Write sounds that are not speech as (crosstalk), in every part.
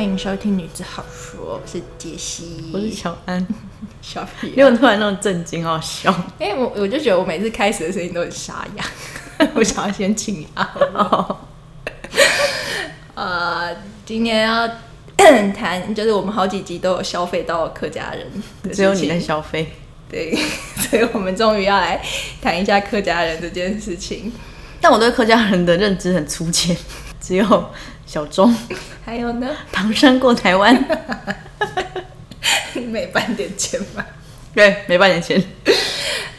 迎收听《女子好说》，我是杰西，我是小 (laughs) 安。小屁因为我突然那种震惊，好笑， (laughs) 哎、我我就觉得我每次开始的声音都很沙哑， (laughs) 我想要先请啊。呃，今天要谈，就是我们好几集都有消费到客家人的事情，只有你在消费。对， (laughs) 所以我们终于要来谈一下客家人这件事情。但我对客家人的认知很粗浅， (laughs) 只有小钟、 (laughs) 还有呢， (laughs) 唐山过台 (laughs) 湾，每半点钱吧。对，没半年前。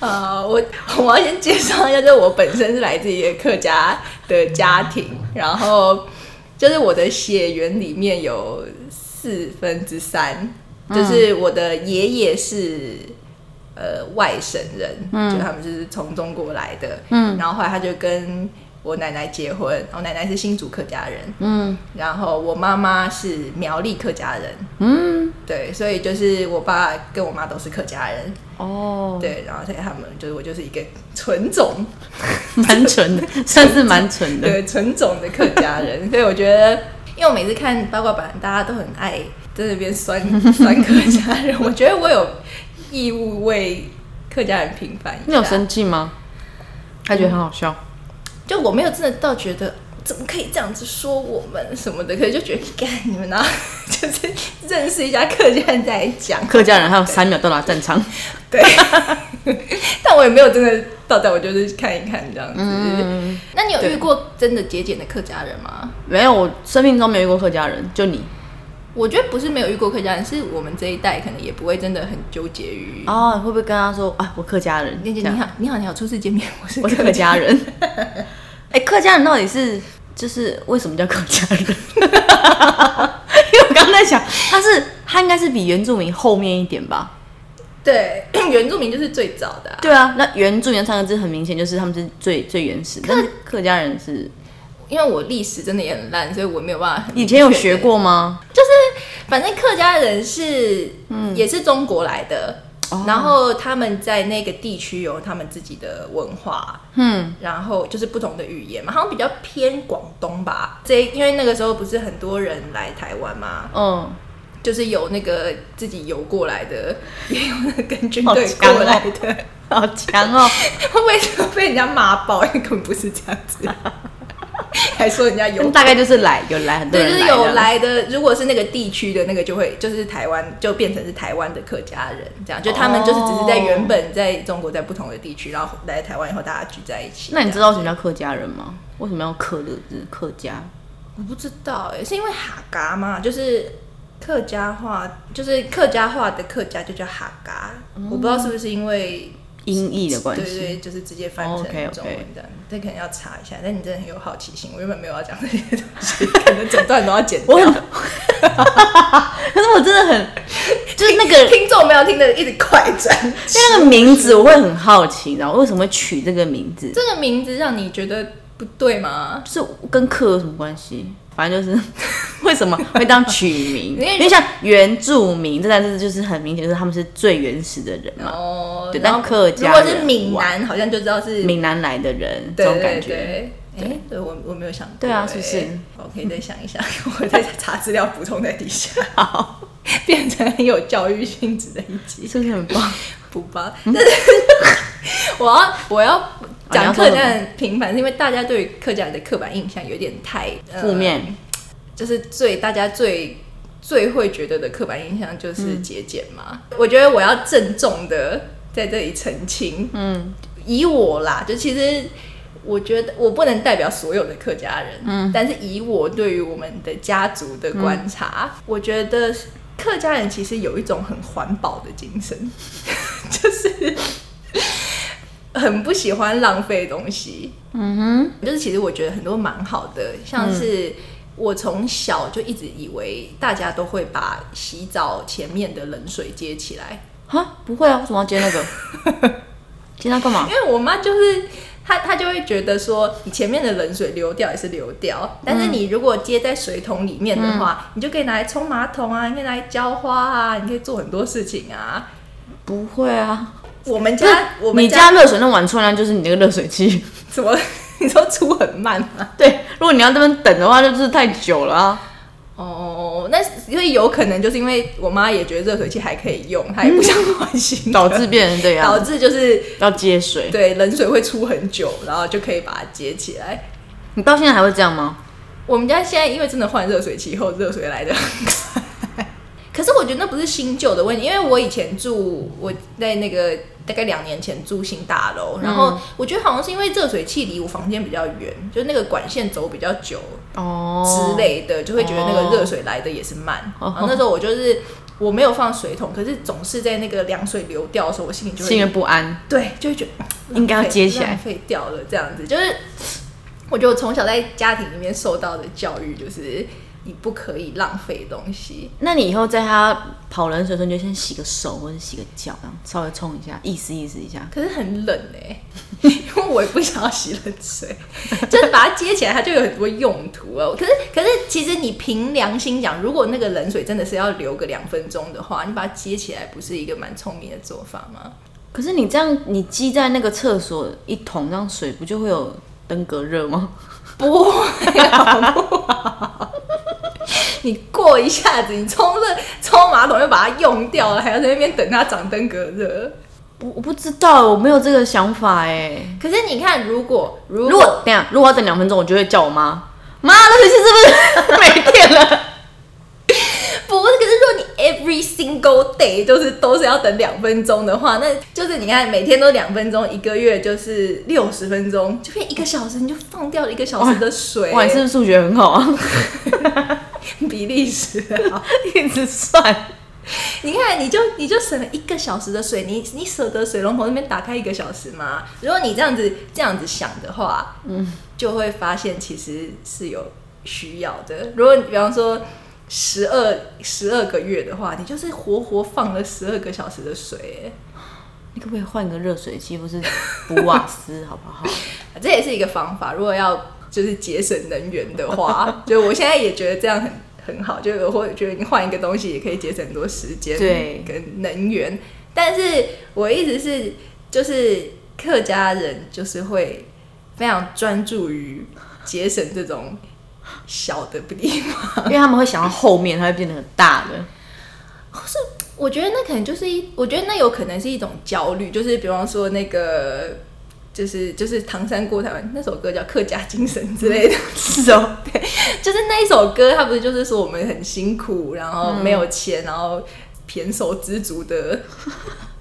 呃，我我要先介绍一下，就是我本身是来自一个客家的家庭，然后就是我的血缘里面有四分之三，嗯就是我的爷爷是呃外省人，嗯就他们就是从中国来的，嗯，然后后来他就跟我奶奶结婚，我奶奶是新竹客家人，嗯然后我妈妈是苗栗客家人，嗯，对，所以就是我爸跟我妈都是客家人，哦，对，然后所以他们就是我就是一个纯种，蛮纯的，算是蛮纯的。对 (laughs) 纯种的客家人，所以我觉得，因为我每次看八卦版，大家都很爱在那边 (laughs) 酸酸客家人，我觉得我有义务为客家人平反一下。你有生气吗？他觉得很好笑。就我没有真的到觉得怎么可以这样子说我们什么的，可是就觉得干你们呢， (laughs) 就是认识一下客家人再来讲，客家人还有三秒到达战场，对， (laughs) 但我也没有真的到在，我就是看一看这样子。嗯那你有遇过真的节俭的客家人吗？没有，我生命中没有遇过客家人，就你我觉得不是没有遇过客家人，是我们这一代可能也不会真的很纠结于。哦，你会不会跟他说啊，我客家人？你这你样好，你好，你好，初次见面，我 (laughs) 是我是客客家人。哎、客家人到底是就是为什么叫客家人？ (laughs) 因为我刚刚在想，他是他应该是比原住民后面一点吧？对原住民就是最早的啊、对啊，那原住民三个字很明显就是他们是最最原始，但是客家人是因为我历史真的也很烂，所以我没有办法很。以前有学，过吗？反正客家人是、也是中国来的。哦然后他们在那个地区有他们自己的文化，嗯，然后就是不同的语言嘛，好像比较偏广东吧。这因为那个时候不是很多人来台湾嘛，嗯，就是有那个自己游过来的，也有那个跟军好队强过来哦的，好强 (laughs) 哦！会不会被人家骂爆？因为根本不是这样 (laughs) 子，还说人家游但大概就是来有来很多对，就人是来这样，有来的，如果是那个地区的那个，就会就是台湾就变成是台湾的客家人，这样就他们就是只是在原本在中国在不同的地区，然后来台湾以后大家聚在一起。那你知道？道什么叫客家人吗？为什么要客的字？客家我不知道哎、是因为哈嘎嘛，就是客家话，就是客家话的客家就叫哈嘎，我不知道是不是因为音译哦的关对系，对，就是直接翻哦成，OK，OK 中文这样，这可能要查一下。但你真的很有好奇心，我原本没有要讲这些东西， (laughs) 可能整段都要剪掉 (laughs) 我。很，可是我真的很，就是 (laughs) 那个，因为听众没有听的，一直快转。那个名字我会很好奇，然后为什么会取这个名字，这个名字让你觉得不对吗？就是跟客有什么关系？反正就是 (laughs) 为什么会当取名， (laughs) 因为因为像原住民这单字就是很明显，就是他们是最原始的人嘛，哦，对然后但客家如果是人闽南，好像就知道是闽南来的人嗯这对种对感对觉。对。哎，对我我没有想过。对啊哎是不是？我可以再想一 (laughs) 想，我再查资料补充在底下。好， (laughs) 变成很有教育性质的一集，是不是很棒？补吧。但是我要我要嗯哦你讲要说客什家么人平凡，是因为大家对于客家人的刻板印象有点太呃负面就是最大家最最会觉得的刻板印象就是节俭嘛。我觉得我要郑重的在这里澄清，嗯，以我啦，就其实我觉得我不能代表所有的客家人，嗯，但是以我对于我们的家族的观察，我觉得客家人其实有一种很环保的精神， (laughs) 就是。很不喜欢浪费东西，就是其实我觉得很多蛮好的，像是我从小就一直以为大家都会把洗澡前面的冷水接起来，啊，不会啊，为什么要接那个？ (laughs) 接它干嘛因？为我妈就是她，她就会觉得说你前面的冷水流掉也是流掉，但是你如果接在水桶里面的话，你就可以拿来冲马桶啊，你可以拿来浇花啊，你可以做很多事情啊。不会啊，我们家我们你家热水那碗出来就是你那个热水器。怎么 (laughs) 你说出很慢吗？ (laughs) 对，如果你要这边等的话，就是太久了啊。哦，哦，那所以有可能就是因为我妈也觉得热水器还可以用，她也不想换新的， (laughs) 导致变成这样，导致就是要接水。对冷水会出很久，然后就可以把它接起来。你到现在还会这样吗？我们家现在因为真的换热水器后，热水来的很快。可是我觉得那不是新旧的问题，因为我以前住我在那个大概两年前住新大楼，然嗯后我觉得好像是因为热水器离我房间比较远，就是那个管线走比较久哦之类的，就会觉得那个热水来的也是慢。哦然后那时候我就是我没有放水桶，可是总是在那个凉水流掉的时候，我心里就心里嗯会不安。对，就会觉得嗯应该要浪费接起来浪费掉了这样子。就是我觉得我从小在家庭里面受到的教育就是。你不可以浪费东西，那你以后在他跑冷水的时候，你就先洗个手或者洗个脚，这样稍微冲一下，意思意思一下。可是很冷哎、 (laughs) 因为我也不想要洗冷水， (laughs) 就是把它接起来，它就有很多用途哦。可是，可是其实你凭良心讲，如果那个冷水真的是要留个两分钟的话，你把它接起来，不是一个蛮聪明的做法吗？可是你这样，你积在那个厕所一桶这样水，不就会有登革热吗？ (laughs) 不会，好不好 (laughs) 你过一下子，你冲热冲马桶就把它用掉了，还要在那边等它长登革热。 (laughs) 我我不知道，我没有这个想法哎。可是你看，如果如如果等一下，如果要等两分钟，我就会叫我妈。妈，那水器是 (laughs) 不是没电了？不是，可是如果你 every single day 就是都是要等两分钟的话，那就是你看每天都两分钟，一个月就是六十分钟，就变一个小时，你就放掉了一个小时的水。 (laughs) 哇，你是不是数学很好啊？比利时啊、 (laughs) 一直算。你看，你就你就省了一个小时的水，你你舍得水龙头那边打开一个小时吗？如果你这样子这样子想的话，嗯，就会发现其实是有需要的。如果你比方说十二十二个月的话，你就是活活放了十二个小时的水，你可不可以换个热水器，或是补瓦斯，好不好？哎这也是一个方法。如果要就是节省能源的话，就我现在也觉得这样很。很好，就是我会觉得你换一个东西也可以节省很多时间，对跟能源。但是我一直是就是客家人，就是会非常专注于节省这种小的地方。因为他们会想到后面，它会变得很大的。 (laughs) 我觉得那可能就是一，我觉得那有可能是一种焦虑，就是比方说那个。就是就是唐山过台湾那首歌叫《客家精神》之类的， (laughs) 是哦，就是那一首歌，它不是就是说我们很辛苦，然后没有钱，然后胼手知足的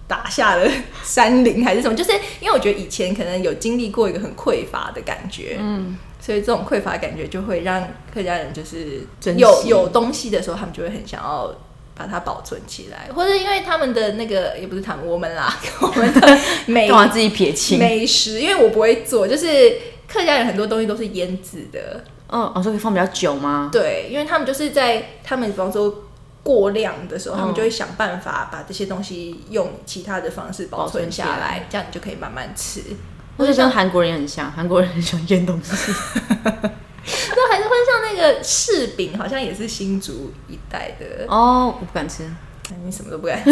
打下了山林还是什么？就是 (laughs) 因为我觉得以前可能有经历过一个很匮乏的感觉，嗯，所以这种匮乏感觉就会让客家人就是珍惜有有东西的时候，他们就会很想要。把它保存起来，或者因为他们的那个也不是他们，我们啦， (laughs) 我们的美干嘛自己撇清？美食，因为我不会做，就是客家人很多东西都是腌制的，嗯，我说可以放比较久吗？对，因为他们就是在他们比方说过量的时嗯候，他们就会想办法把这些东西用其他的方式保保存存下起来来，这样你就可以慢慢吃。或者跟韩国人也很像，韩国人很喜欢腌东西。那还是会像那个柿饼，好像也是新竹一带的，哎哦，我不敢吃。你什么都不敢 (laughs) 吃。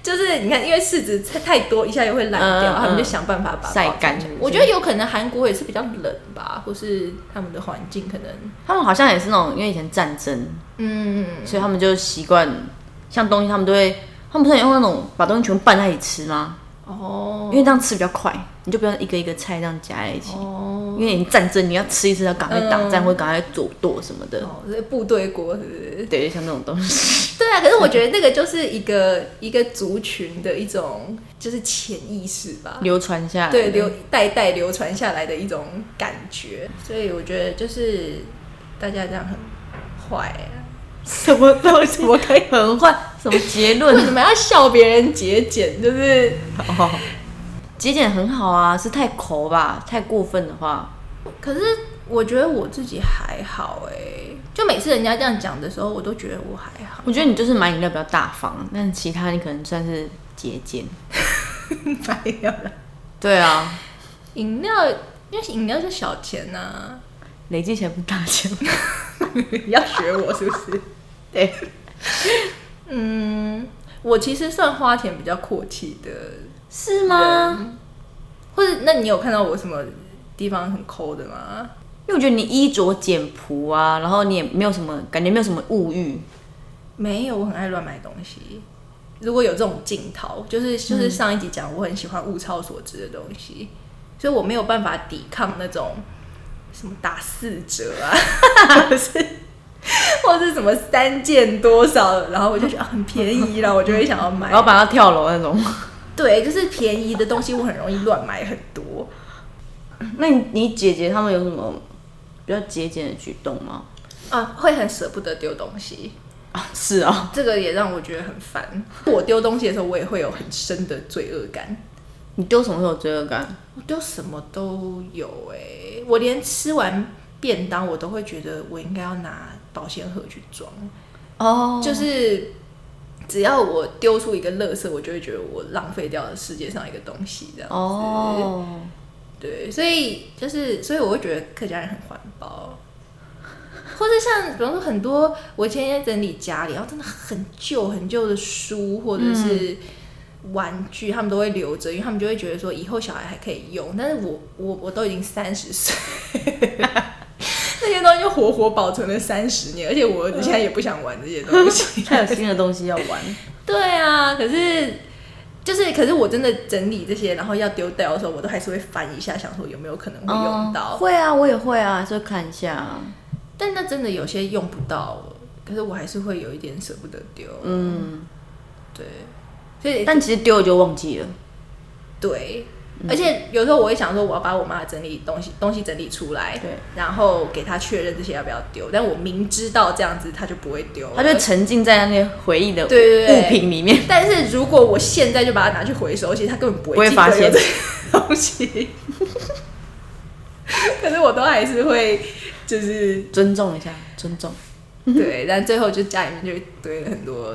就是你看，因为柿子太太多，一下又会烂掉，嗯嗯他们就想办法把它晒保存干起来是不是我觉得有可能韩国也是比较冷吧，或是他们的环境可能，他们好像也是那种，因为以前战争，嗯，所以他们就习惯像东西，他们都会，他们不是很用那种把东西全部拌在一起吃吗？哦因为这样吃比较快，你就不用一个一个菜这样夹在一起。哦因为你战争，你要吃一次要赶快打战嗯或赶快躲躲什么的，哦，这部队锅是不是？对，像那种东西。对啊，可是我觉得那个就是一个一个族群的一种，就是潜意识吧，流传下来的，对流代代流传下来的一种感觉，所以我觉得就是大家这样很坏啊！什么东西我可以很坏？ (laughs) 什么为结什论？ (laughs) 么要笑别人节俭？就是哦，节俭很好啊，是太抠吧？太过分的话，可是我觉得我自己还好哎、就每次人家这样讲的时候，我都觉得我还 (laughs) 好。我觉得你就是买饮料比较大方，但其他你可能算是节俭。没有了，对啊，饮料因为饮料是小钱啊呐、累积起来不大钱。你 (laughs) 要学我是不是？ (laughs) 对，嗯，我其实算花钱比较阔气的是吗？或者，那你有看到我什么地方很抠的吗？因为我觉得你衣着简朴啊，然后你也没有什么感觉，没有什么物欲，没有，我很爱乱买东西。如果有这种镜头，就是就是上一集讲，我很喜欢物超所值的东西，所以我没有办法抵抗那种什么打四折啊， (laughs) 或是或是什么三件多少，然后我就觉得啊很便宜然后我就会想要买。然后把它跳楼那 (laughs) 种。对，就是便宜的东西，我很容易乱买很多。那你你姐姐他们有什么比较节俭的举动吗？啊，会很舍不得丢东西，啊，是啊，这个也让我觉得很烦。我丢东西的时候，我也会有很深的罪恶感。你丢什么会有罪恶感？我丢什么都有哎、我连吃完便当，我都会觉得我应该要拿保鲜盒去装，哦就就是只要我丢出一个垃圾，我就会觉得我浪费掉了世界上一个东西这样。哦，对，所以就是，所以我会觉得客家人很环保，或者像比方说很多，我前几天整理家里，然后真的很旧很旧的书或者是玩具，他们都会留着，因为他们就会觉得说以后小孩还可以用。但是我我我都已经三十岁。 (laughs) 那些东西就活活保存了三十年，而且我现在也不想玩这些东西。 (laughs) 还有新的东西要玩，对啊，可是就是，可是我真的整理这些，然后要丢掉的时候，我都还是会翻一下，想说有没有可能会用到。 (laughs) 哦会啊，我也会啊，就看一下。但那真的有些用不到，可是我还是会有一点舍不得丢。嗯，对，所以但其实丢了就忘记了。对，嗯而且有时候我会想说，我要把我妈的整理东西东西整理出来，对，然后给她确认这些要不要丢。但我明知道这样子，她就不会丢了，他就会沉浸在那个回忆的对对对物品里面。但是如果我现在就把它拿去回收，其实他根本不不会会记得发现有这个东西。可是我都还是会，就是尊重一下，尊重。对，但最后就家里面就堆了很多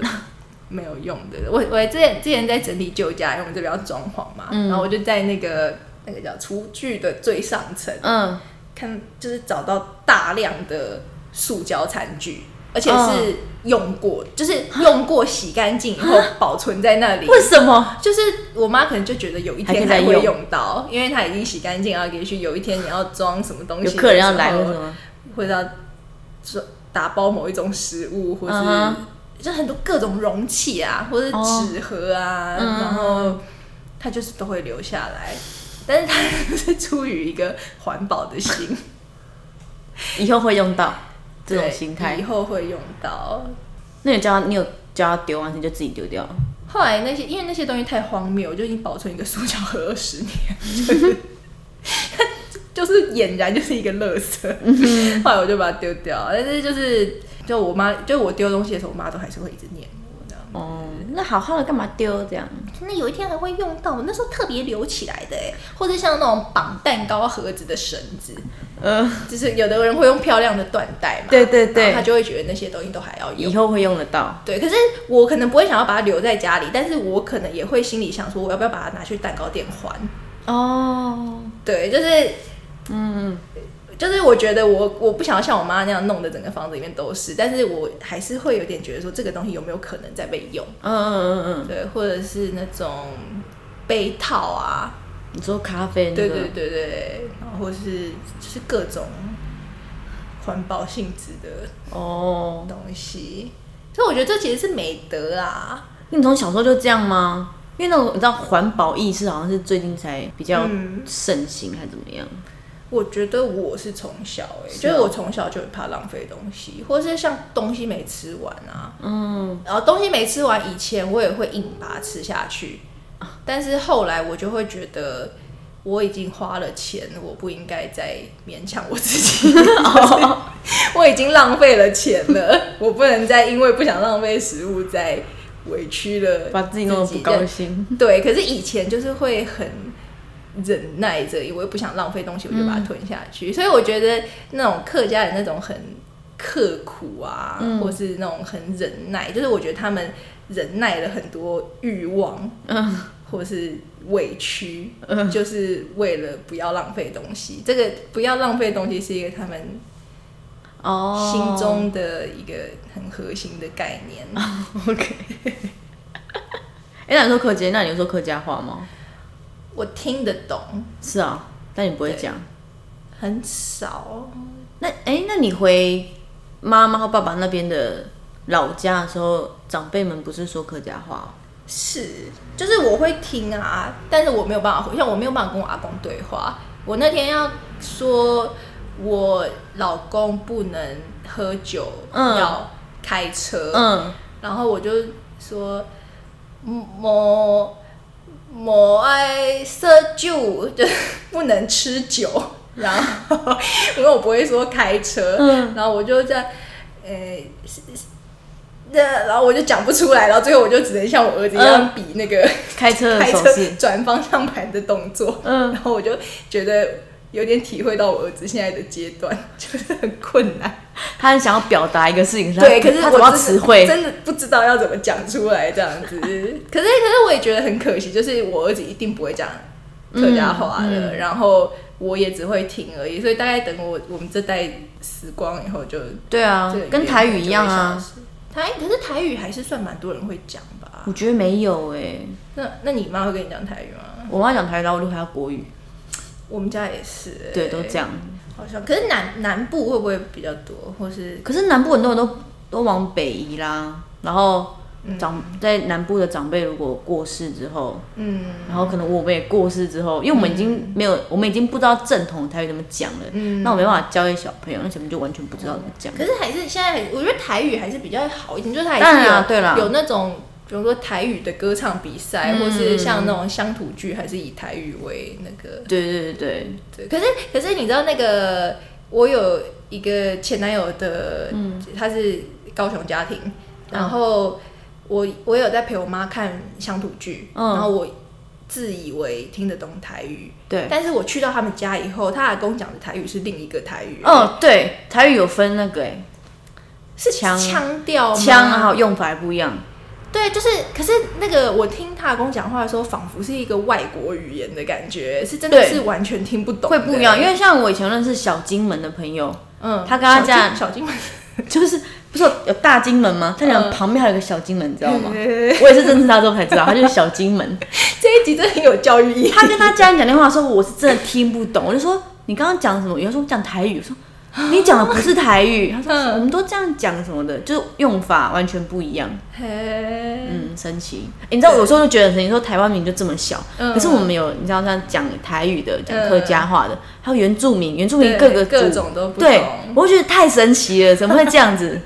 没有用的。我我之前之前在整理旧家，因为我们这边要装潢嘛，嗯然后我就在那个那个叫厨具的最上层，嗯，看就是找到大量的塑胶餐具，而且嗯啊是用过，就是用过洗干净以后保存在那里。 (laughs) 为什么？就是我妈可能就觉得有一天还还可以再会用用到，因为她已经洗干净，然后也许有一天你要装什么东西，有客人要来为什，么？或者要做打包某一种食物，或是、嗯哼就很多各种容器啊，或是哦纸盒啊，嗯然后她就是都会留下来，但是她 (laughs) 是出于一个环保的心，以后会用到 (laughs) 这种对心以态。后会用到。那你叫他，你有叫他丢吗？你就自己丢掉了。后来那些，因为那些东西太荒谬，我就已经保存一个塑胶盒二十年， (laughs) 就是就是俨然就是一个垃嗯圾。后来我就把它丢掉，但是就是就我妈，就我丢东西的时候，我妈都还是会一直念我这样。哦，那好好的干嘛丢这样？那有一天还会用到，我那时候特别留起来的哎，或者像那种绑蛋糕盒子的绳子，呃，就是有的人会用漂亮的缎带嘛，对对对然后他就会觉得那些东西都还要用以。后会用得到。对，可是我可能不会想要把它留在家里，但是我可能也会心里想说，我要不要把它拿去蛋糕店还？哦，对，就是嗯，就是，我觉得我我不想要像我妈那样弄得整个房子里面都是，但是我还是会有点觉得说，这个东西有没有可能再被用？嗯嗯嗯嗯，对，或者是那种杯套啊，你说咖啡那对个，对对对，然后或是就是各种环保性质的哦，东西，所以我觉得这其实是美德啊。你从小时候就这样吗？因为那种你知道环保意识好像是最近才比较嗯盛行，还是怎么样？我觉得我是从小哎、欸，是就是哦我从小就很怕浪费东西，或是像东西没吃完啊，嗯，然后东西没吃完以前我也会硬把它吃下去，但是后来我就会觉得我已经花了钱，我不应该再勉强我自 (laughs) 己，我已经浪费了钱了，我不能再因为不想浪费食物再委屈了，把自己弄得不高兴。 (laughs) 对，可是以前就是会很忍耐着，我又不想浪费东西，我就嗯把它吞下去。所以我觉得那种客家人那种很刻苦啊，嗯或是那种很忍耐，就是我觉得他们忍耐了很多欲望嗯，或是委屈，就是为了不要浪费东西。这个不要浪费东西是一个他们哦，心中的一个很核心的概念。嗯 OK。哎、那你说客家，那你有说客家话吗？我听得懂是啊，但你不会对讲。很少，那哎、那你回妈妈或爸爸那边的老家的时候，长辈们不是说客家话哦、是，就是我会听啊，但是我没有办法回，像我没有办法跟我阿公对话。我那天要说，我老公不能喝酒，嗯要开车，嗯，然后我就说，嗯某某爱喝酒，就是不能吃酒。然后因为我不会说开车，嗯然后我就在，呃，是是那然后我就讲不出来，然后最后我就只能像我儿子一嗯样比那个开车的开手车势，转方向盘的动作，嗯然后我就觉得有点体会到我儿子现在的阶段，就是很困难。他很想要表达一个事情，对，他可是他我怎么真的词汇？真的不知道要怎么讲出来这样 (laughs) 子。可是可是我也觉得很可惜，就是我儿子一定不会讲客嗯家话的，然后我也只会听而已。所以大概等我我们这代死光以后就，对啊这个，跟台语一样啊。就会消失。台可是台语还是算蛮多人会讲吧？我觉得没有哎、那那你妈会跟你讲台语吗？我妈讲台语，然后我就回她国语，我们家也是、欸对，都这样。好像。可是南南部会不会比较多，或是可是南部很多人都都往北移啦，然后长、在南部的长辈如果过世之后，嗯？然后可能我们也过世之后，因为我们已经没有，我们已经不知道正统台语怎么讲了，嗯那我没办法教给小朋友，那小朋友就完全不知道怎么讲。可是还是现在还，我觉得台语还是比较好一点，就是还当然是有、啊对啦有那种，比如说台语的歌唱比赛，嗯或是像那种乡土剧，还是以台语为那个。对嗯对对对，对，可是可是你知道那个，我有一个前男友的，嗯他是高雄家庭，然后我我有在陪我妈看乡土剧，嗯然后我自以为听得懂台语，对但是我去到他们家以后，他阿公讲的台语是另一个台语，，哦对，台语有分那个哎、是腔腔调吗腔啊还有用法还不一样。对，就是，可是那个我听他跟我讲话的时候，仿佛是一个外国语言的感觉，是真的对是完全听不懂的，会不一样，因为像我以前认识小金门的朋友，嗯，他跟他讲小金小金就是不是有有大金门吗？他讲嗯旁边还有一个小金门，你知道吗？门，我也是认识他之后才知道，他就是小金 (laughs) 门。这一集真的很有教育意义。他跟他家人讲电话的时候，我是真的听不懂，我就说你刚刚讲什么？有人说我讲台语，我说你讲的不是 (laughs) 台语，他说嗯我们都这样讲什么的，就是用法完全不一样。 (laughs) 嘿，嗯，神奇。欸你知道，有时候就觉得很神奇，说台湾名就这么小，嗯可是我们有你知道像讲台语的、讲嗯客家话的，还有原住民，原住对民各个各族种都不对同，我就觉得太神奇了，怎么会这 (laughs) 样子？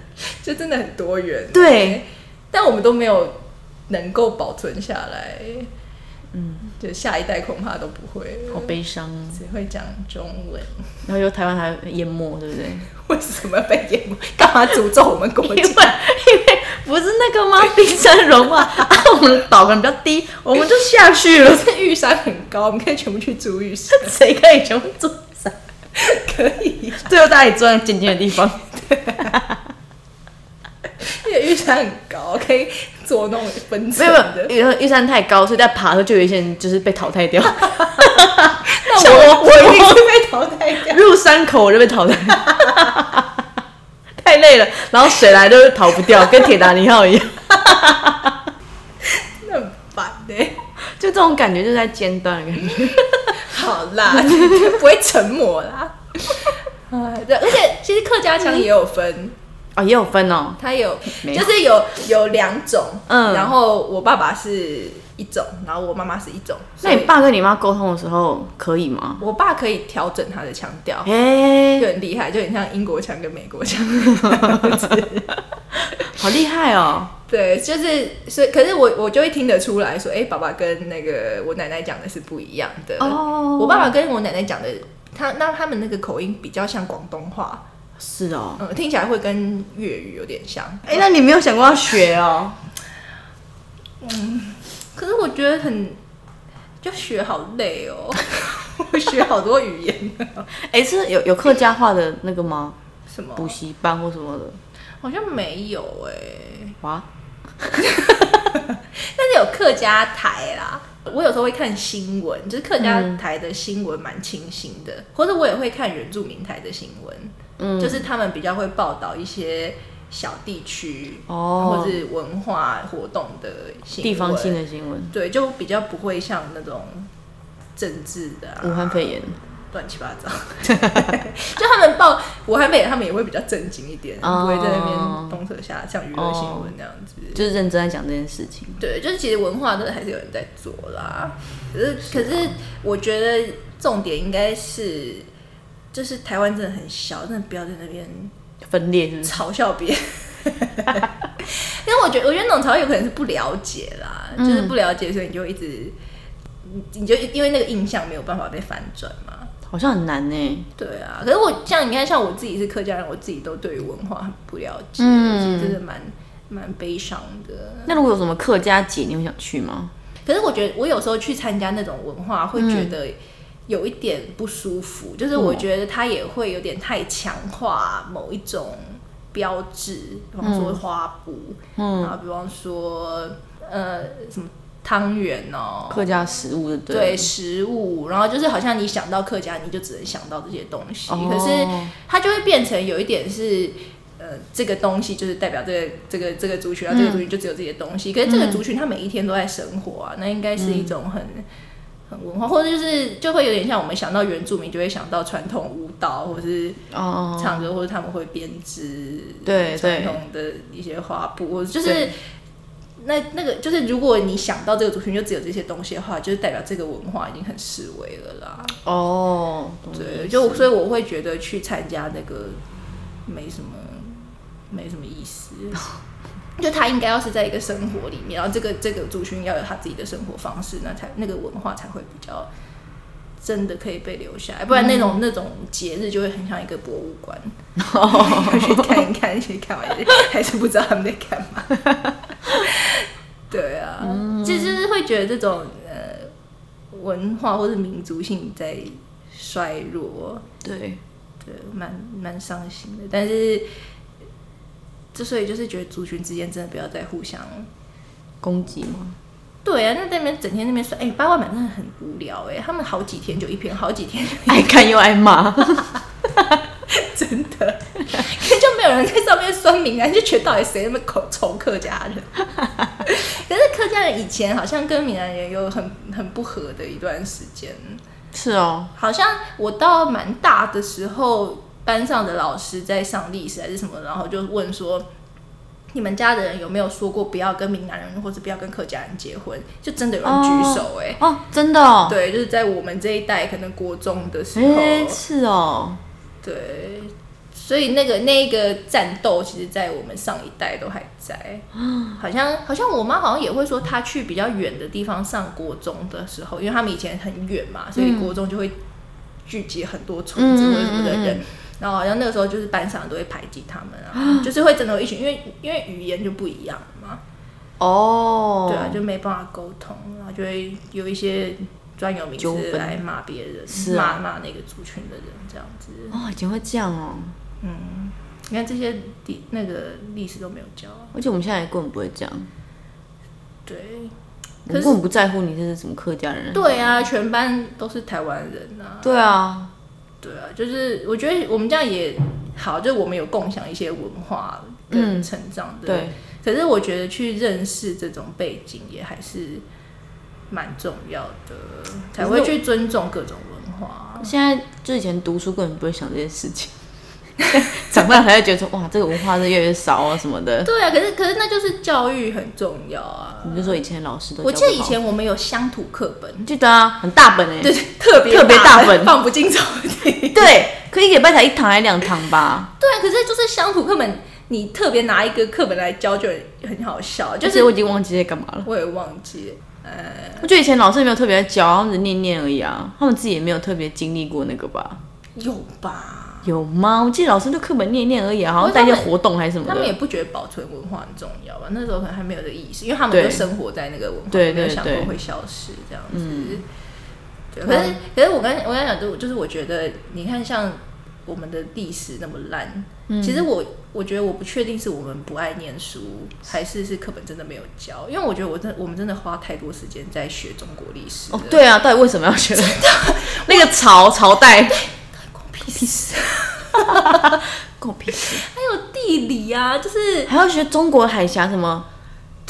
就真的很多元。对，但我们都没有能够保存下来，嗯，就下一代恐怕都不会，好悲伤哦。只会讲中文。然后就台湾还会淹没，对不 (laughs) 对？为什么被淹没？干嘛诅咒我们国 (laughs) 因为家？因为不是那个吗？冰山融化啊，我们的岛可能比较 (laughs) 低，我们就下去了， (laughs) 这玉山很高，我们可以全部去租玉山。谁可以全部住上？可以，最后大家也坐在尖尖的地方，因为预算很高，可以做那种分 (laughs) 没层有的。没有，因为玉山太高，所以在爬的时候就有一些人就是被淘汰 (laughs) 掉。那像我我我一定我是被淘汰掉。入山口我就被淘汰， (laughs) 太累了，然后水来都逃不掉，跟铁达尼号一样，那很烦欸呢、 (laughs) 就这种感觉，就是在尖端的感觉。好啦，不会沉默 (laughs) 啦。啊，对，而且其实客家腔也有分，哦，也有分哦，它有没有就是有有两种，嗯然后我爸爸是一种，然后我妈妈是一种。那你所以爸跟你妈沟通的时候可以吗？我爸可以调整他的腔调，哎、就很厉害，就很像英国腔跟美国腔。好厉害哦！对，就是所以，可是我我就会听得出来说，哎、爸爸跟那个我奶奶讲的是不一样的。哦我爸爸跟我奶奶讲的，他那他们那个口音比较像广东话，是哦，嗯，听起来会跟粤语有点像。哎、那你没有想过要学哦？可是我觉得很，就学好累哦， (laughs) 我学好多语言啊，哎、是有有客家话的那个吗？ (laughs) 什么补习班或什么的？好像没有哎、哇， (laughs) 但是有客家台啦。我有时候会看新闻，就是客家台的新闻蛮清新的，或者我也会看原住民台的新闻，嗯，就是他们比较会报道一些小地区哦或是文化活动的新闻地方性，的新闻，对，就比较不会像那种政治的、啊、武汉肺炎，乱七八糟。 (laughs) 就他们报武汉肺炎，他们也会比较正经一点，哦不会在那边东扯西扯，像娱乐新闻那样子。就是认真在讲这件事情。对，就是其实文化真的还是有人在做啦。可是，可是我觉得重点应该是，就是台湾真的很小，真的不要在那边分裂是不是？嘲笑别人。因为我觉得，我觉得那种嘲笑有可能是不了解啦，就是不了解，所以你就一直，你你就因为那个印象没有办法被反转嘛。好像很难呢。对啊，可是我像你看，像我自己是客家人，我自己都对于文化很不了解，嗯其实真的蛮蛮悲伤的。那如果有什么客家节，你会想去吗？可是我觉得我有时候去参加那种文化，会觉得有一点不舒服，就是我觉得它也会有点太强化某一种标志，比方说花布，嗯，然后比方说呃什么汤圆哦。客家食物的对对了。食物，然后就是好像你想到客家，你就只能想到这些东西。哦可是它就会变成有一点是，呃，这个东西就是代表这个这个这个族嗯群，然后这个族群就只有这些东西。可是这个族群他每一天都在生活啊，那应该是一种很。嗯很文化，或者就是就会有点像我们想到原住民，就会想到传统舞蹈，或是哦，唱歌，或者他们会编织对传对统的一些花布，或者就是对那那个就是，如果你想到这个族群就只有这些东西的话，就是代表这个文化已经很式微了啦。哦，懂对，了就所以我会觉得去参加那个没什么没什么意思。就他应该要是在一个生活里面，然后这个这个族群要有他自己的生活方式，那才那个文化才会比较真的可以被留下来，不然那种、那种节日就会很像一个博物馆，要去看一看，去看完还是不知道他们在干嘛。对啊，其实就是会觉得这种呃文化或是民族性在衰弱，对，对，蛮蛮伤心的。但是之所以就是觉得族群之间真的不要再互相。攻击吗？ (laughs) 对啊，那在那边整天那边说，哎、八卦版真的很无聊哎、他们好几天就一篇，好几天就爱看又爱骂， (laughs) 真的， (laughs) 就没有人在上面酸民啊，就觉得到底谁那么口仇客家人？ (laughs) 可是客家人以前好像跟闽南人有很很不合的一段时间，是哦，好像我到蛮大的时候，班上的老师在上历史还是什么，然后就问说。你们家的人有没有说过不要跟闽南人或者不要跟客家人结婚？就真的有人举手哎、哦，真的哦，对，就是在我们这一代，可能国中的时候，哎，是哦，对，所以那个那个战斗，其实，在我们上一代都还在。啊好像好像我妈好像也会说，她去比较远的地方上国中的时候，因为他们以前很远嗯嘛，所以国中就会聚集很多村子或者什么的嗯人。然后好像那个时候就是班上都会排挤他们 (gasps) 啊，就是会真的有一群，因为因为语言就不一样嘛，哦，对啊，就没办法沟通，然后就会有一些专有名纠词纷来骂别人，是骂啊骂那个族群的人这样子。哦，以前会这样哦，你看这些历那个历史都没有教啊，而且我们现在根本不会这样，对，我可们是根本不在乎你是什么客家人，对啊，全班都是台湾人啊，对啊，对啊，就是我觉得我们这样也好，就是我们有共享一些文化跟成长的，嗯对，可是我觉得去认识这种背景也还是蛮重要的，才会去尊重各种文化。现在就以前读书根本不会想这些事情， (laughs) 长大才会觉得说哇，这个文化是越来越少啊什么的。对啊，可是可是那就是教育很重要啊。你就说以前老师都我教记得不以好前我们有乡土课本，记得啊，很大本哎、对，特别特别大本放不进抽屉。对，可以一个礼拜才一堂还两堂吧，对啊，可是就是乡土课本，你特别拿一个课本来教，就很好笑。就就是是我已经忘记在干嘛了。我也忘记了，我觉得以前老师也没有特别教，他们只念念而已啊，他们自己也没有特别经历过那个吧？有吧？有吗？我记得老师就课本念一念而已啊，好像带一些活动还是什么他们也的。不觉得保存文化很重要吧？那时候可能还没有这个意识，因为他们就对生活在那个文化，对没有对想过对嗯会消失这样子。对，可是可是我刚我刚讲就就是我觉得，你看像我们的历史那么烂，嗯其实我我觉得我不确定是我们不爱念书，还是是课本真的没有教，因为我觉得我真我们真的花太多时间在学中国历史哦了，对啊，到底为什么要学？ (laughs) 那个朝朝代关我屁事。关我屁事，还有地理啊，就是还要学中国海峡什么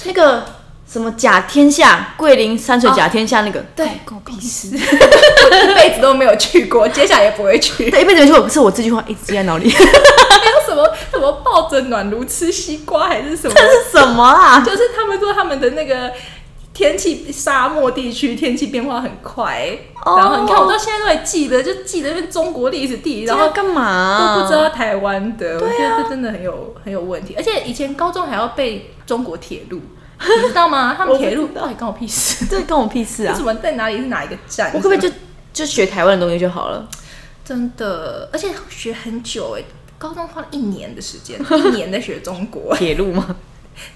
那个什么甲天下，桂林山水甲天下那个，对，狗屁事， (laughs) 我一辈子都没有去过，接下来也不会去。对，一辈子没去过，可是我这句话一直记在脑 (laughs) 里。还有什么什么抱着暖炉吃西瓜还是什 (laughs) 么？这是什么啊？就是他们说他们的那个天气沙漠地区天气变化很快，哦然后你看我到现在都还记得，就记得那中国历史地理，然然后后干嘛、都不知道台湾的，我觉得这真的很有很有问题。而且以前高中还要背中国铁 (laughs) 路，你知道吗？他们我不铁路到底关我屁事？这关我屁事啊什！么在哪里是哪一个站？我可不可以就就学台湾的东西就好了？真的？而且学很久哎、高中花了一年的时 (laughs) 间，一年在学中国， (laughs) 铁路吗？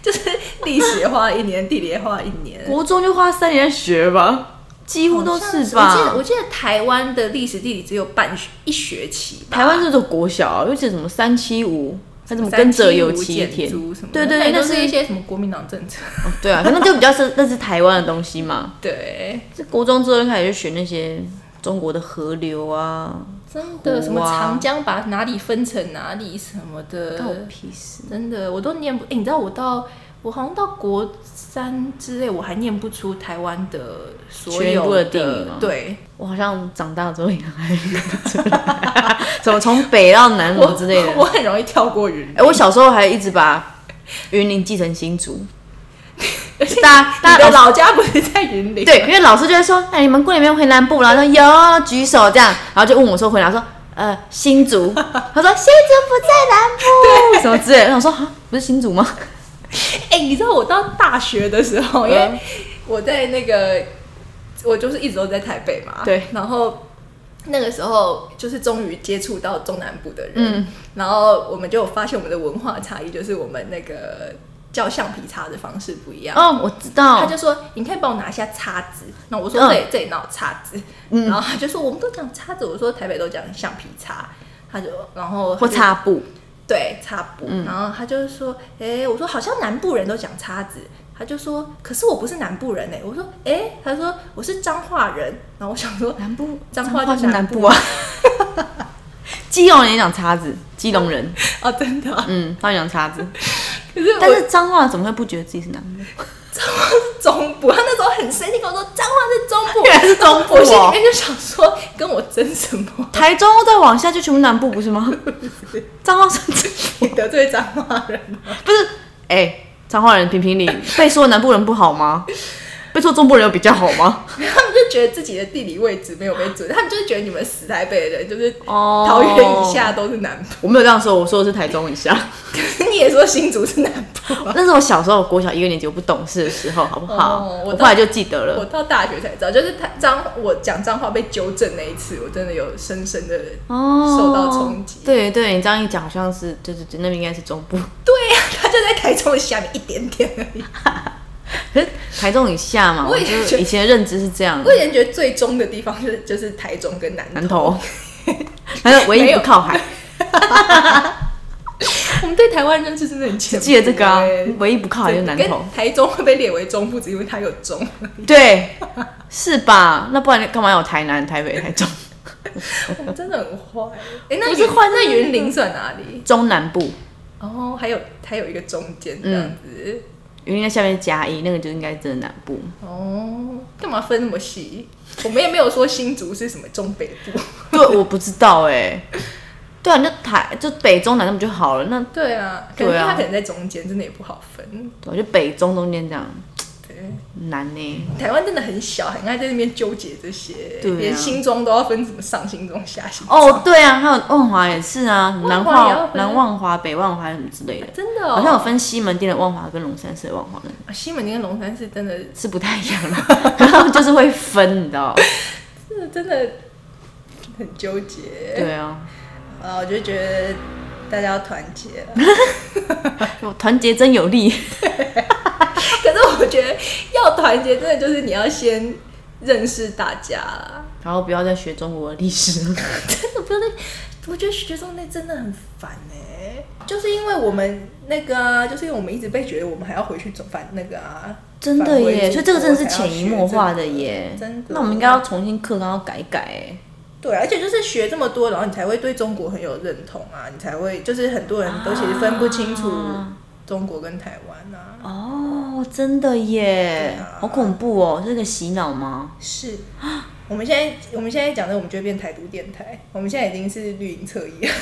就是历史也花了一年，地理也花了一年。国中就花三年在学吧，几乎都好像吧。我记得，我记得台湾的历史地理只有半学一学期吧。台湾是走国小、啊，尤其什么三七五，还什么三跟七着有五其减田，租什么的，对对那对，也那都是一是些什么国民党政策。哦对啊，反正就比较是那是台湾的东西嘛。对，这国中之后就开始就学那些中国的河流啊，真的湖啊什么长江把哪里分成哪里什么关我的，屁事。真的我都念不。哎、你知道我到我好像到国三之类，我还念不出台湾的所全部有的地理吗对，我好像长大之后也还 (laughs) 怎么从北到南什么之类的。 (laughs) 我，我很容易跳过云。哎、我小时候还一直把云林继承新竹， (laughs) (laughs) 大家你大的家老家不是在云林？对，因为老师就会说，哎，你们过年没有回南部了？然后说有，举手这样，然后就问我说回哪？我说呃新竹，他说新竹不在南 (laughs) 部，什么之类的。然后我说啊，不是新竹吗？哎、你知道我到大学的时候，因为嗯我在那个，我就是一直都在台北嘛，对然后那个时候就是终于接触到中南部的人，嗯然后我们就有发现我们的文化差异，就是我们那个叫橡皮擦的方式不一样。哦，我知他道，就说：“你可以帮我拿一下叉子。”那我说：“嗯这里、这里哪有叉子？”然后他就说：“我们都讲叉子。”我说：“台北都讲橡皮擦。”他就然后他或就擦布，对，擦布。嗯然后他就说：“哎、我说好像南部人都讲叉子。”他就说：“可是我不是南部人哎、我说：“哎、他说：“我是彰化人。”然后我想说，南部彰化就是是南南部啊。啊 (laughs) 基隆人也讲叉子，基隆人，哦，真的啊、嗯，他们讲叉 (laughs) 子，可是我但是彰化怎么会不觉得自己是南部？彰化是中部，他那时候很生气跟我说：“彰化是中部， (laughs) 原来是中部哦我心里面就想说，跟我争什么？台中再往下就全部南部不是吗？ (laughs) 彰化是你得罪彰化人吗？不是，哎、彰化人评评理，被说南部人不好吗？被说中部人有比较好 (laughs) 吗？他们就觉得自己的地理位置没有被准，他们就是觉得你们死台北人就是 (laughs) 哦桃园以，下都是南 (laughs) 部。我没有这样说，我说的是台中以下。 (laughs) 可是你也说新竹是南部 (laughs) 啊。那是我小时候，国小一二年级，我不懂事的时候，好不好？哦我我懂后来就记得我了。到大学才知道，就是他脏，我讲脏话被纠正那一次，我真的有深深的哦受到冲击对对，你这样一讲，好像是，就是那边应该是中 (laughs) 部，对呀、他就在台中的下面一点点而哦已。可是台中以下嘛，我我以前就觉是得以前的认知是这样我，以前觉得最中的地方就是就是台中跟南投，南投， (laughs) 反正唯一不靠海，我们对台湾认知真的很浅薄。记得这个啊哎，唯一不靠海就是南投。跟台中会被列为中部，只因为它有 (laughs) 中。对，是吧？那不然干嘛有台南、台北、台中、 (laughs) 我们真的很坏。哎、那不是云坏那那云林算哪里？中南部？哦，还有还有一个中间这样子。云林在下面加一，那个就应该真的南部。哦，干嘛分那么细？我们也没有说新竹是什么中北部。对，我不知道哎、对啊，那台就北中南那不就好了？那对啊，可对啊能他可能在中间，真的也不好分。我就北中中间这样对，难欸呢、台湾真的很小，很爱在那边纠结这些，对啊连新庄都要分什么上新庄、下新庄。哦，对啊，还有万华也是啊，南万华也要化分、南万华、北万华什么之类的，真的、哦，好像有分西门町的万华跟龙山寺的万华的，西门町跟龙山是真的，是不太一样的， (laughs) 然后就是会分，你知道？真的真的很纠结。对啊，啊，我就觉得大家要团结了。团结真有力。可是我觉得要团结，真的就是你要先认识大家啦。然后不要再学中国的历史了。真的不要再，我觉得学中类真的很烦哎、就是因为我们那个啊，就是因为我们一直被觉得我们还要回去走反那个啊，真的返回祖耶，国所以这个真的是潜移默化的还耶。要学这个真的。那我们应该要重新课纲要改一改哎。对，而且就是学这么多，然后你才会对中国很有认同啊，你才会就是很多人都其实分不清楚啊中国跟台湾啊。哦，哦，真的耶，对啊好恐怖哦！这个洗脑吗？是，我们现在我们现在讲的，我们就会变台独电台。我们现在已经是绿营侧翼了，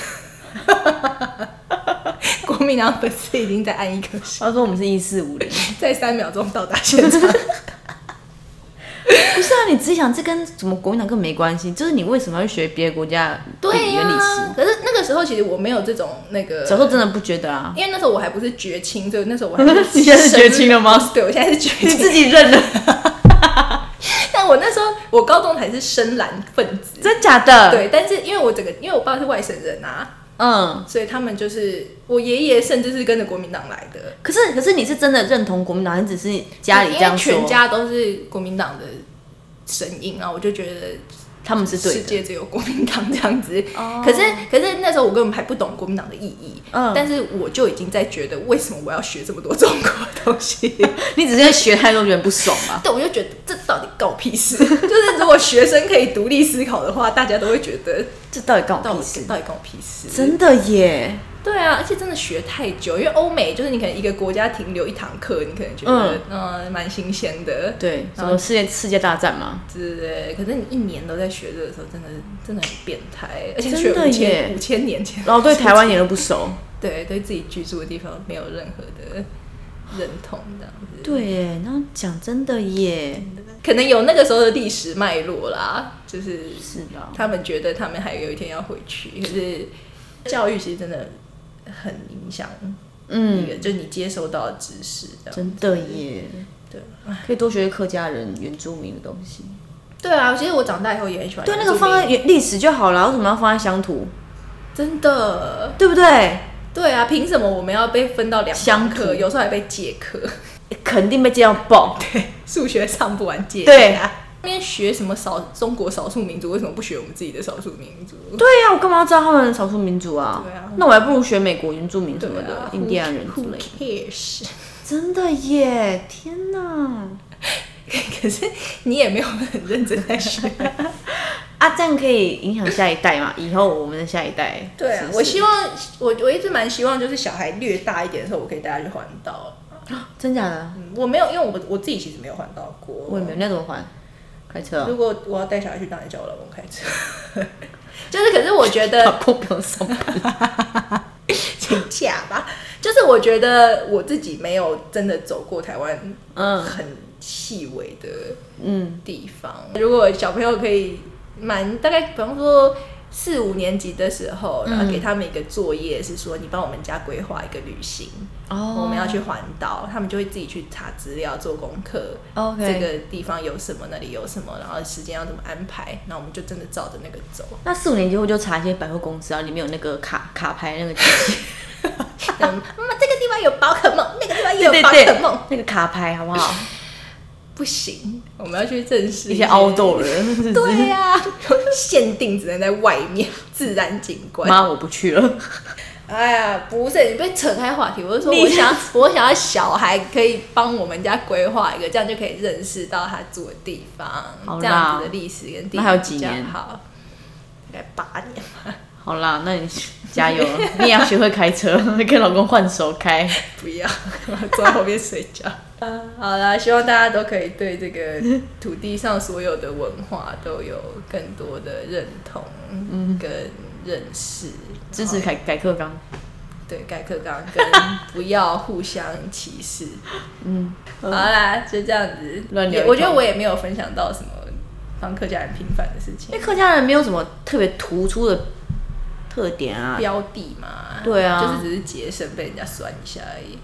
(laughs) 国民党粉丝已经在按一颗星，他说我们是一四五零，在三秒钟到达现场。不是啊？你只想这跟什么国民党根本没关系，就是你为什么要去学别的国家的 (laughs) 对呀、原理史？可是那个时候其实我没有这种那个，小时候真的不觉得啊，因为那时候我还不是绝亲，所以那时候 (laughs) 我还是你现在是绝亲了吗？ (laughs) 对，我现在是绝 (laughs) 你亲， (laughs) 自己认了，但我那时候我高中还是深蓝分子。真假的？，啊对，但是因为我整个，因为我爸是外省人啊，嗯。所以他们就是我爷爷，甚至是跟着国民党来的。可是可是你是真的认同国民党，你只是家里这样说，因为全家都是国民党的声音啊，我就觉得他们是对世的。界只有国民党这样子。哦可是可是那时候我根本还不懂国民党的意义，嗯但是我就已经在觉得为什么我要学这么多中国的东 (laughs) 西？你只是在学太多，觉得不爽吧？对，我就觉得这到底搞屁事？ (laughs) 就是如果学生可以独立思考的话，大家都会觉得这到底干到底我屁事？到底搞屁事？真的耶！对啊，而且真的学太久，因为欧美就是你可能一个国家停留一堂课，你可能觉得嗯蛮、新鲜的，对，什然后么世界世界大战嘛？之类，可是你一年都在学这个时候，真的真的很变态，而且真学的五千耶五千年前，然后对台湾也都不熟。对对自己居住的地方没有任何的认同，这样子，对耶，那讲真的耶，可能有那个时候的历史脉络啦，就是是的。他们觉得他们还有一天要回去，可是教育其实真的很影响嗯，你的，就你接收到的知识这样。真的耶，对可以多学客家人原住民的东西。对啊，其实我长大以后也很喜欢对，那原个住民放在原历史就好了，为什么要放在乡土？真的对不对？对啊，凭什么我们要被分到两乡堂土课，有时候还被借课？肯定被接到 (laughs) 爆。啊数学上不完界。对啊，那边学什么少中国少数民族，为什么不学我们自己的少数民族？对呀、我干嘛要知道他们少数民族啊？对啊那我还不如学美国原住民什么对的，啊印第安人之 Who 类的。 cares？真的耶！天哪！可是你也没有很认真在 (laughs) 学。啊，这样可以影响下一代嘛？以后我们的下一代。对啊是，不我是希望我我一直蛮希望，就是小孩略大一点的时候，我可以带他去环岛。真假的，嗯，我没有，因为我我自己其实没有环岛过。我也没有，那怎么还？开车啊如果我要带小孩去，当然叫我老公开车。就是，可是我觉得老公不用上班。 (laughs) 请假吧。就是我觉得我自己没有真的走过台湾，嗯很细微的嗯，地方。如果小朋友可以满大概，比方说四五年级的时候，然后给他们一个作业，是说你帮我们家规划一个旅行，哦我们要去环岛，他们就会自己去查资料、做功课。 OK 这个地方有什么，那里有什么，然后时间要怎么安排，那我们就真的照着那个走。 (laughs) 那四五年级后就查一些百货公司啊，里面有那个卡卡牌那个，那妈妈，这个地方有宝可梦，那个地方也 (laughs) 对有对宝可对梦，，那个卡牌好不 (laughs) 好？不行，我们要去正视一些 outdoor 人，对啊呀、 (laughs) 限定只能在外面自然景观。妈我不去了。哎呀，不是你被扯开话题，我是说你我想我想要 (laughs) 小孩可以帮我们家规划一个，这样就可以认识到他住的地好啦方，这样子的历史跟地理那还有几比较年好，应该八年吧， (laughs) 好啦，那你加油， (laughs) 你也要学会开车， (laughs) 跟老公换手开。不要 (laughs) 我坐在后面睡觉。 (laughs) 啊，好啦，希望大家都可以对这个 (laughs) 土地上所有的文化都有更多的认同嗯跟认识。支持改改课纲。对，改课纲跟 (laughs) 不要互相歧视。嗯，好啦，就这样子乱聊一也我觉得通我也没有分享到什么帮客家人平反的事情因为，客家人没有什么特别突出的特点啊。标的嘛，对啊就是只是节省被人家酸一下而已。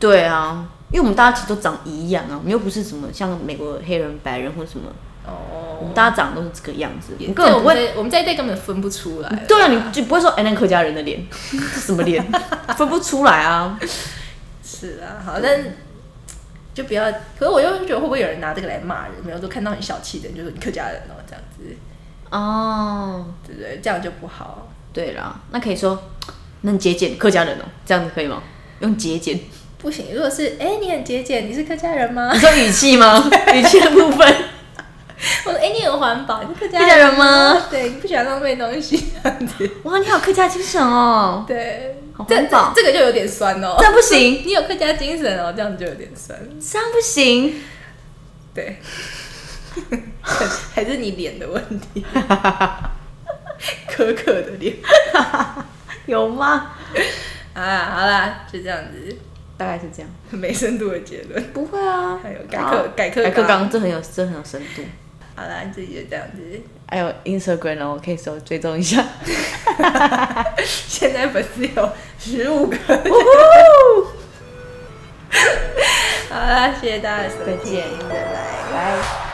对啊，因为我们大家其实都长一样啊，我们又不是什么像美国黑人、白人或者什么，我哦，们大家长得都是这个样子。我也们根本这嗯不我们会，这我们这一代根本分不出来。对啊，你就不会说哎、那客家人的脸， (laughs) 这什么脸，分不出来啊。是啊，好，但就不要。可是我又觉得会不会有人拿这个来骂人？比如说看到很小气的人，就说你客家人哦，这样子，哦，对不对？这样就不好。对啦，那可以说，那你节俭客家人哦，这样子可以吗？用节俭，不行，如果是哎、你很节俭，你是客家人吗？ (laughs) 你说语气吗？语气的部分，我说哎、哎、你很环保，你是客家客家人吗？对，你不喜欢浪费东西这样子。哇，你好客家精神哦，对，好这环这保，这个就有点酸哦这。样不行，你有客家精神哦，这样就有点酸。这样不行。对， (laughs) 还是你脸的问题，可可的脸有吗？啊。好啦，就这样子，大概是这样。很没深度的结论。不会啊，还有改课改课改课纲纲，这很有这很有深度。好啦，这集就这样子。还有 Instagram 哦，我可以搜追踪一下。 (laughs) 现在粉丝有十五个。 (laughs) 好啦，谢谢大家的收听，再见拜拜。拜。